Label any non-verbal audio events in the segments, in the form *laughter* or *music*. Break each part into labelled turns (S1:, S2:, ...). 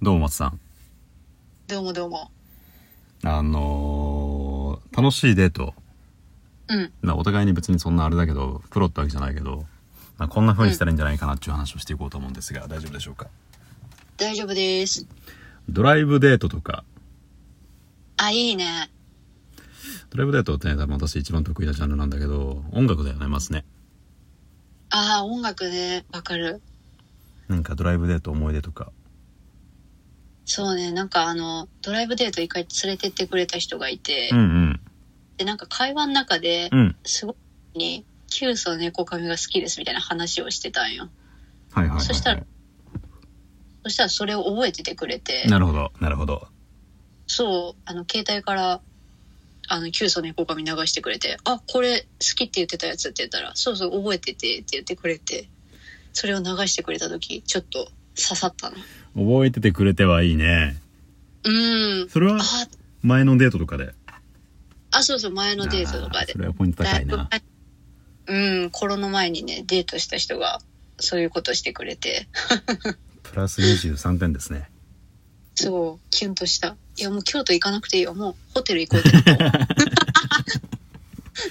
S1: どうも松さん。
S2: どうもどうも。
S1: あのー楽しいデート。
S2: うん。
S1: なお互いに別にそんなあれだけど、プロってわけじゃないけど、まあこんな風にしたらいいんじゃないかなっていう話をしていこうと思うんですが、大丈夫でしょうか。
S2: 大丈夫です。
S1: ドライブデートとか、
S2: あ、いいね。
S1: ドライブデートってね、多分私一番得意なジャンルなんだけど、音楽だよね、まずね。
S2: あー、音楽ね。わかる。
S1: なんかドライブデート思い出とか。
S2: そうね。なんかあの、ドライブデート一回連れてってくれた人がいて、
S1: うんうん。
S2: で、なんか会話の中で
S1: う、ん。
S2: すごいに、キュウソネコカミが好きですみたいな話をしてたんよ。
S1: はいはいはい、はい。
S2: そしたらそしたらそれを覚えててくれて、
S1: なるほど、なるほど。
S2: そう、あの、携帯から、あの、キュウソネコカミ流してくれて、あ、これ好きって言ってたやつって言ったら、そうそう、覚えててって言ってくれて、それを流してくれた時、ちょっと刺さったの。
S1: 覚えててくれてはいいね。
S2: うん。
S1: それは
S2: あ、
S1: 前のデートとかで。
S2: あ、そうそう、前のデートとか
S1: あー
S2: で
S1: そ。れはポイント高いな。
S2: だいぶ前うん、コロナ前にね、デートした人が、そういうことしてくれて、
S1: プラス23点ですね。
S2: すごい、キュンとした。いや、もう京都行かなくていいよ。もう、ホテル行こうって *laughs* なった。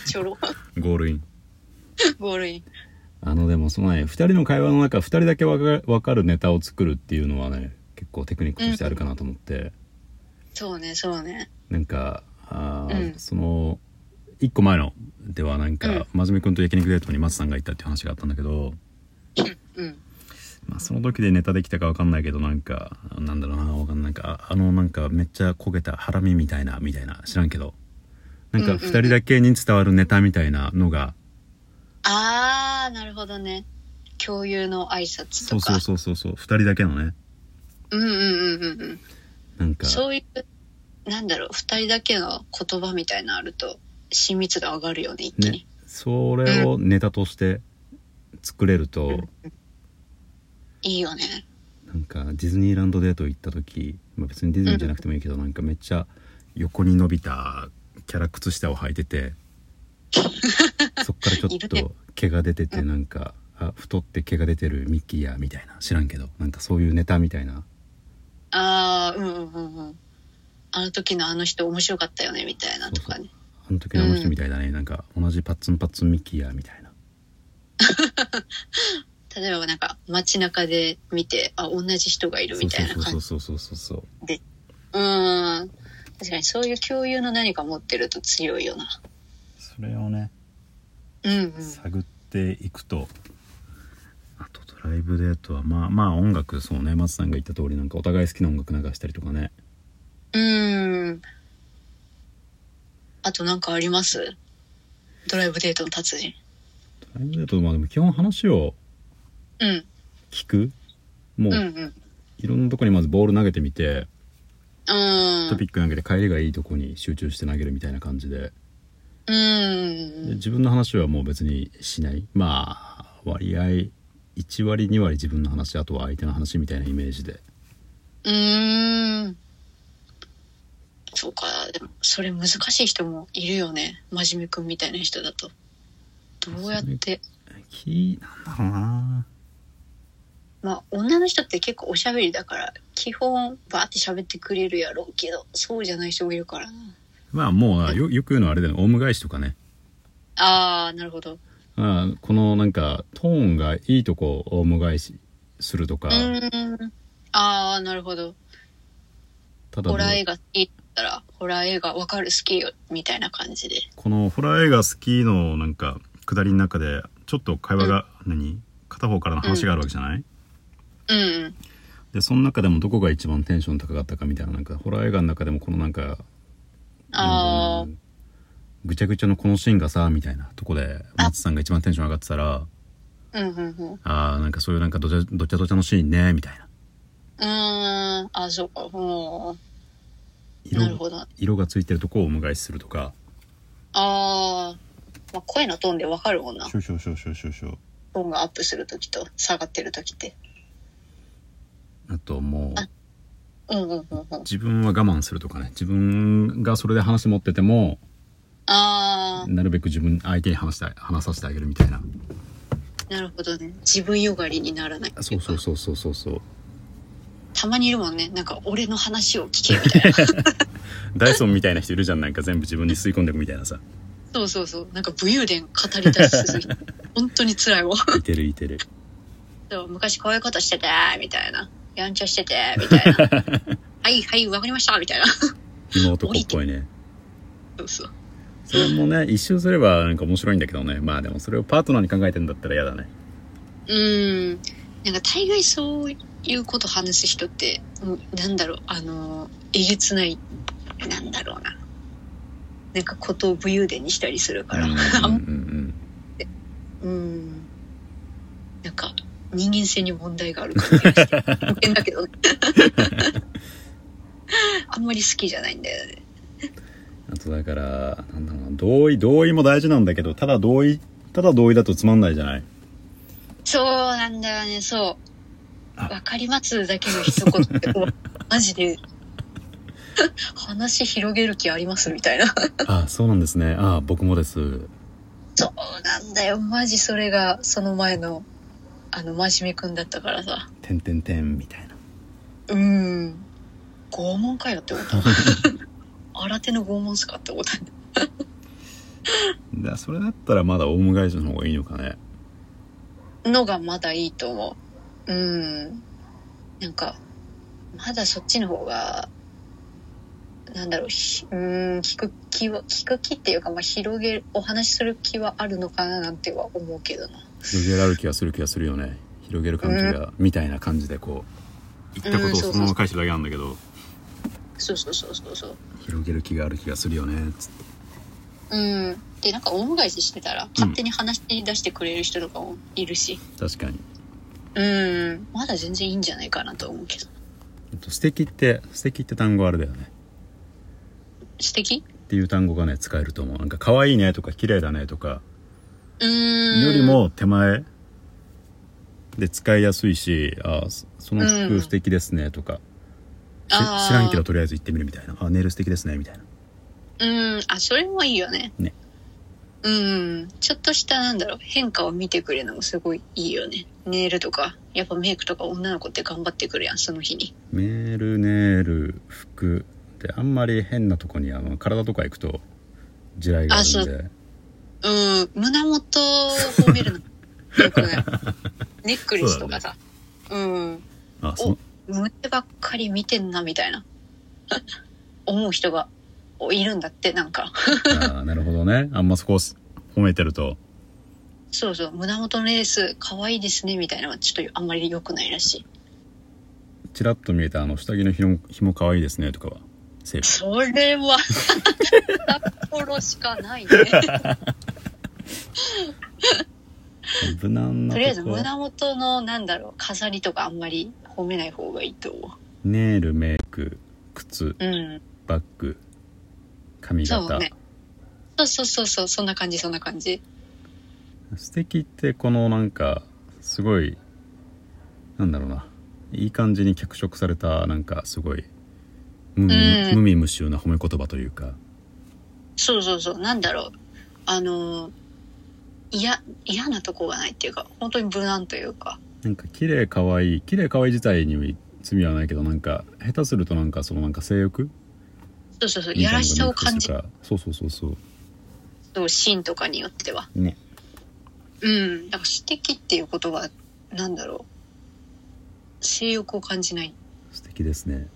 S2: ちょろ、
S1: ゴールイン。
S2: ゴールイン。
S1: あのでもそのね2人の会話の中2人だけわかわかるネタを作るっていうのはね結構テクニックとしてあるかなと思って、
S2: そうね、そうね。
S1: なんかあー、
S2: うん
S1: その1個前のではなん
S2: うん
S1: か、真面目くんと焼肉デートに松さんが行ったっていう話があったんだけど、
S2: うん。
S1: まあ、その時でネタできたかわかんないけどなんかなんだろうなわかんないなんかああのなんかめっちゃ焦げたハラミみたいなみたいな知らんけどなんか
S2: うんうんうん
S1: 2人だけに伝わるネタみたいなのが、
S2: あー、なるほどね。共有の挨拶
S1: そ
S2: と
S1: う
S2: か。
S1: そうそうそうそう2人だけのね
S2: うんうんうんうんうん。
S1: なんか
S2: そういう、なんだろう、二人だけの言葉みたいなのあると、親密度上がるよね、一気に。
S1: ね、それをネタとして作れると、
S2: いいよね。
S1: なんかディズニーランドデート行った時、まあ、別にディズニーじゃなくてもいいけど、なんかめっちゃ横に伸びたキャラ靴下を履いて
S2: *laughs*
S1: てそっからちょっと毛が出ててなんか、あ太って毛が出てるミッキーやみたいな知らんけどなんかそういうネタみたいな
S2: ああ、うんうんうんうん。あの時のあの人面白かったよね、みたいなとかね。
S1: あの時のあの人みたいだね、なんか同じパッツンパッツンミッキーやみたいな
S2: 例えばなんか街中で見て、あ、同じ人がいる
S1: そ
S2: み
S1: う
S2: たいな
S1: そ
S2: 感
S1: う
S2: じ。
S1: そうそうそうそう
S2: うん。確かにそういう共有の何か持ってると強いよな。
S1: それをね
S2: うんうん。
S1: 探っていくとあとドライブデートはまあまあ音楽そうね松さんが言った通りなんかお互い好きな音楽流したりとかね
S2: うん。あとなんかありますドライブデートの達人。
S1: ドライブデートまあでも基本話を
S2: うん。
S1: 聞くも
S2: う
S1: うん
S2: うん。
S1: いろんなとこにまずボール投げてみて
S2: う
S1: トピ
S2: ん。
S1: ック投げて帰りがいいとこに集中して投げるみたいな感じで
S2: う
S1: で
S2: ん。
S1: 自分の話はもう別にしないまあ割合1割2割自分の話あとは相手の話みたいなイメージで
S2: うん。そうか、でも、それ難しい人もいるよね。真面目くんみたいな人だと。どうやって、
S1: きなんだろうな
S2: まあ、女の人って結構おしゃべりだから、基本、バーって喋ってくれるやろうけど、そうじゃない人もいるからな。
S1: まあもうよよく言うのはあれだよねオウム返しとかね
S2: あー、なるほど。
S1: あこのなんかトーンがいいとこを無害しするとか
S2: う、ーん。あー、なるほど。
S1: ただ
S2: ホ
S1: の
S2: ラー映画好きだったら、ホラー映画わかる好きよ、みたいな感じで。
S1: このホラー映画好きのなんか下りの中でちょっと会話が何、片方からの話があるわけじゃない、
S2: うんうん。
S1: でその中でもどこが一番テンション高かったかみたいななんかホラー映画の中でもこのなんか
S2: あ
S1: う
S2: ー、
S1: んぐちゃぐちゃのこのシーンがさみたいなとこで松さんが一番テンション上がってたら
S2: うんうんうん。う
S1: あーなんかそういうなんかどちゃどちゃどちゃのシーンねみたいな
S2: ーん。あー、そうか。うん。なる
S1: 色
S2: ほど。あ
S1: 色がついてるとこを無害するとか
S2: あー、まあ、声のトーンでわかるもんな。
S1: 少々少々少々
S2: トーンがアップするときと下がってるときって。
S1: あともう
S2: あうんうんうんうん。
S1: 自分は我慢するとかね自分がそれで話持ってても
S2: あ
S1: なるべく自分相手に話して話させてあげるみたいな
S2: あ、なるほどね。自分よがりにならない。
S1: そうそうそうそうそうそう
S2: たまにいるもんねなんか俺の話を聞けみ *laughs* たいな
S1: ダイソンみたいな人いるじゃんなんか全部自分に吸い込んでいくみたいなさ
S2: そうそうそうなんか武勇伝語り出しす *laughs* ぎて本当に辛いわ
S1: いてるいてる
S2: そう昔こういうことしててみたいなやんちゃしててみたいな *laughs* はいはいわかりましたみたいな
S1: の男っぽいね
S2: そうそう
S1: それもね一周すればなんか面白いんだけどねまあでもそれをパートナーに考えてんだったら嫌だね
S2: うんなんか大概そういうこと話す人ってうんなんだろうあのえげつないなんだろうななんかことを武勇伝にしたりするから
S1: うんうんうん
S2: うんなんか人間性に問題がある感じがして余計だけどね *laughs* あんまり好きじゃないんだよね
S1: あとだからなんだろうな同意同意も大事なんだけどただ同意ただ同意だとつまんないじゃない
S2: そうなんだよねそう
S1: あ
S2: わかりますだけの一言って
S1: *laughs*
S2: こうマジで話広げる気ありますみたいな
S1: あそうなんですねあ僕もです
S2: そうなんだよマジそれがその前のあの真面目くんだったからさ
S1: てんてんてんみたいな
S2: うん拷問かよって思った *laughs* 新手の拷問っすかって思った
S1: だそれだったらまだオウム返しの方がいいのかね
S2: のがまだいいと思う。うん。なんか、まだそっちの方が、なんだろう、ひうん、聞く気は、聞く気っていうか、まあ、広げる、お話しする気はあるのかななんては思うけどな。
S1: 広げられる気がする気がするよね広げる感じが、みたいな感じでこう言ったことをそのまま返してるだけなんだけど、
S2: そうそうそうそうそう。
S1: 広げる気がある気がするよねつって
S2: うん。で、なんか、オウム返ししてたら、勝手に話し出してくれる人とかもいるし、
S1: 確かに
S2: うん、まだ全然いいんじゃないかなと思うけど。
S1: あと素敵って素敵って単語あれだよね
S2: 素敵
S1: っていう単語がね使えると思うなんか可愛いねとか綺麗だねとか
S2: うん。
S1: より、も手前で使いやすいしあーそその
S2: うん
S1: 服素敵ですねとか、し
S2: あー
S1: 知らんけどとりあえず行ってみるみたいなあネイル素敵ですねみたいな
S2: うん、あ、それもいいよね。
S1: ね
S2: うん、ちょっとした、なんだろう、変化を見てくれるのもすごいいいよね。ネイルとか、やっぱメイクとか女の子って頑張ってくるやん、その日に。
S1: メールネイル服であんまり変なとこにあの体とか行くと地雷があ
S2: あそ
S1: るんで
S2: ううん、胸元を褒めるの。
S1: *laughs*
S2: よくない。ネックレスとかさ。うん。
S1: あそ
S2: お、胸ばっかり見てんな、みたいな。 *laughs* 思う人が、おいるんだって、なんか。
S1: あーなるほどねあんまそこをす褒めてると
S2: そうそう、胸元のレース、可愛いですね、みたいなのはちょっとあんまり良くないらしい。
S1: チラッと見えたあの下着のひもひも可愛いですねとかはセーフ
S2: それは *laughs* 札幌しかないね。
S1: 無難なと
S2: とりあえず
S1: こは
S2: 胸元のなんだろう飾りとかあんまり褒めない方がいいと思
S1: ネイルメイク靴
S2: う。うん。
S1: バッグ髪
S2: そ
S1: 型、
S2: うね。そうそうそうそうそんな感じそんな感じ。
S1: 素敵ってこのなんかすごいなんだろうないい感じに脚色されたなんかすごい無味,、
S2: うん
S1: 無味無臭な褒め言葉というか
S2: そうそうそうなんだろうあのー嫌嫌なとこがないっていうか本当に無難というか。
S1: なんか綺麗可愛い綺麗可愛い自体に罪はないけどなんか下手するとなんかそのなんか性欲
S2: そうそうそう
S1: み
S2: や
S1: たいなの
S2: らし
S1: が
S2: さを感じ
S1: なんかそうそうそうそう
S2: るシーンとかによっては。
S1: ね
S2: うん。だから素敵っていうことはなんだろう性欲を感じない。
S1: 素敵ですね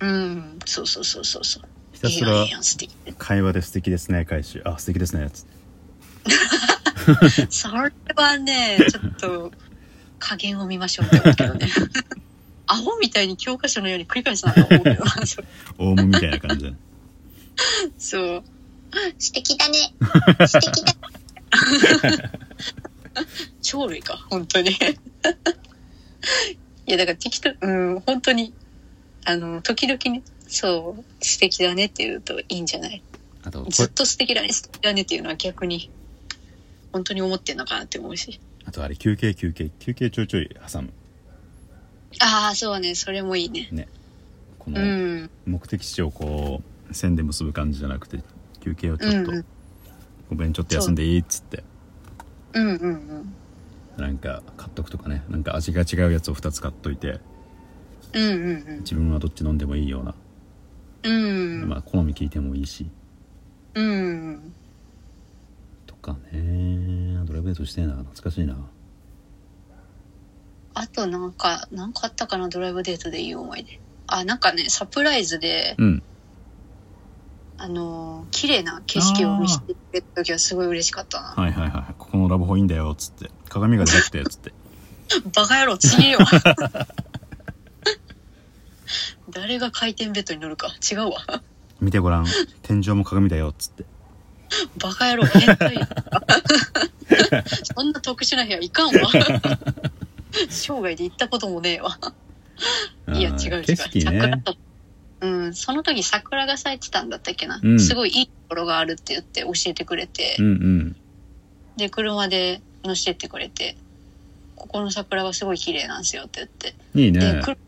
S2: うん。そうそうそうそうそう。
S1: ひた
S2: いい
S1: す
S2: や
S1: ら
S2: んいいやん素敵。
S1: 会話で素敵ですね返しあ素敵
S2: *laughs*
S1: ですねつって
S2: それは
S1: *laughs*
S2: ね、ちょっと、加減を見ましょうって思うけどね。アホみたいに教科書のように繰り返すなと思う
S1: *laughs*
S2: けど、そう
S1: オウムみたいな感じで
S2: そう。 *laughs* 素敵だ *laughs* ね。素敵だ。鳥類か、本当に。い *laughs* や、だから適当、うん、本当に、あの、時々ね、そう、素敵だねって言うといいんじゃない
S1: あとこ
S2: ずっと素敵だね、素敵だねっていうのは逆に、本当に思ってんのかなって思うし。
S1: あとあれ休憩休憩休憩ちょいちょい挟む
S2: ああ、そうね、それもいいね。
S1: こ
S2: う
S1: の
S2: ん、
S1: 目的地をこう線で結ぶ感じじゃなくて休憩をちょっと、
S2: うんうん
S1: ごめんちょっと休んでいいっつって
S2: うんうんうん
S1: なんか買っとくとかねなんか味が違うやつを2つ買っといて
S2: うんうん
S1: 自分はどっち飲んでもいいような、
S2: うんうん、
S1: まあ好み聞いてもいいし
S2: うん
S1: とかねドライブデートしてえな懐かしいな
S2: あとなんかなんかあったかなドライブデートでいい思い出あなんかねサプライズで
S1: うん
S2: あのー綺麗な景色を見せてくれた時はすごい嬉しかったな
S1: はいはいはいここのラブホいいんだよっつって鏡が出なくてっつって
S2: バカ野郎ちげえよ誰が回転ベッドに乗るか違うわ
S1: 見てごらん天井も鏡だよっつって
S2: バカ野郎変態やそんな特殊な部屋いかんわ生涯で行ったこともねえわいや
S1: あ
S2: 違
S1: ー
S2: う違う
S1: 景色
S2: 桜
S1: ね
S2: と *laughs* うんその時桜が咲いてたんだったっけな、
S1: うん
S2: すごいいいところがあるって言って教えてくれて、
S1: うんうん
S2: で車で乗せてってくれてここの桜はすごい綺麗なんですよって言って
S1: いい
S2: で
S1: ね
S2: 車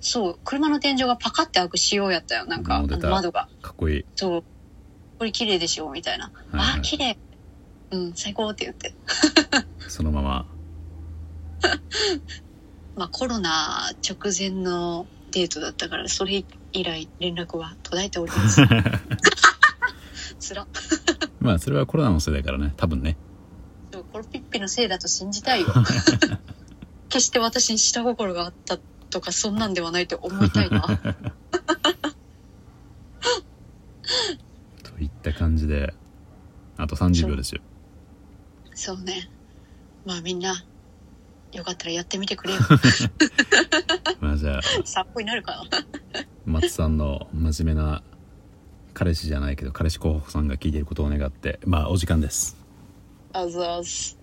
S2: そう車の天井がパカって開く仕様やったよなんかあ
S1: もう出た
S2: の窓が
S1: かっこいい
S2: そうこれ綺麗でしょみたいな、
S1: はいはい
S2: あ綺麗うん最高って言って
S1: そのまま
S2: まあコロナ直前のデートだったからそれ以来連絡は途絶えておりますつら
S1: まあそれはコロナのせいだからね多分ね
S2: でもこのピッピのせいだと信じたいよ決して私に下心があったとかそんなんではないと思いたいな
S1: といった感じであと30秒ですよ
S2: そうねまあみんなよかったらやってみてくれよ
S1: まあじゃあ
S2: 散歩になるかな
S1: 松さんの真面目な彼氏じゃないけど彼氏候補さんが聞いていることを願ってまあお時間です
S2: あざーす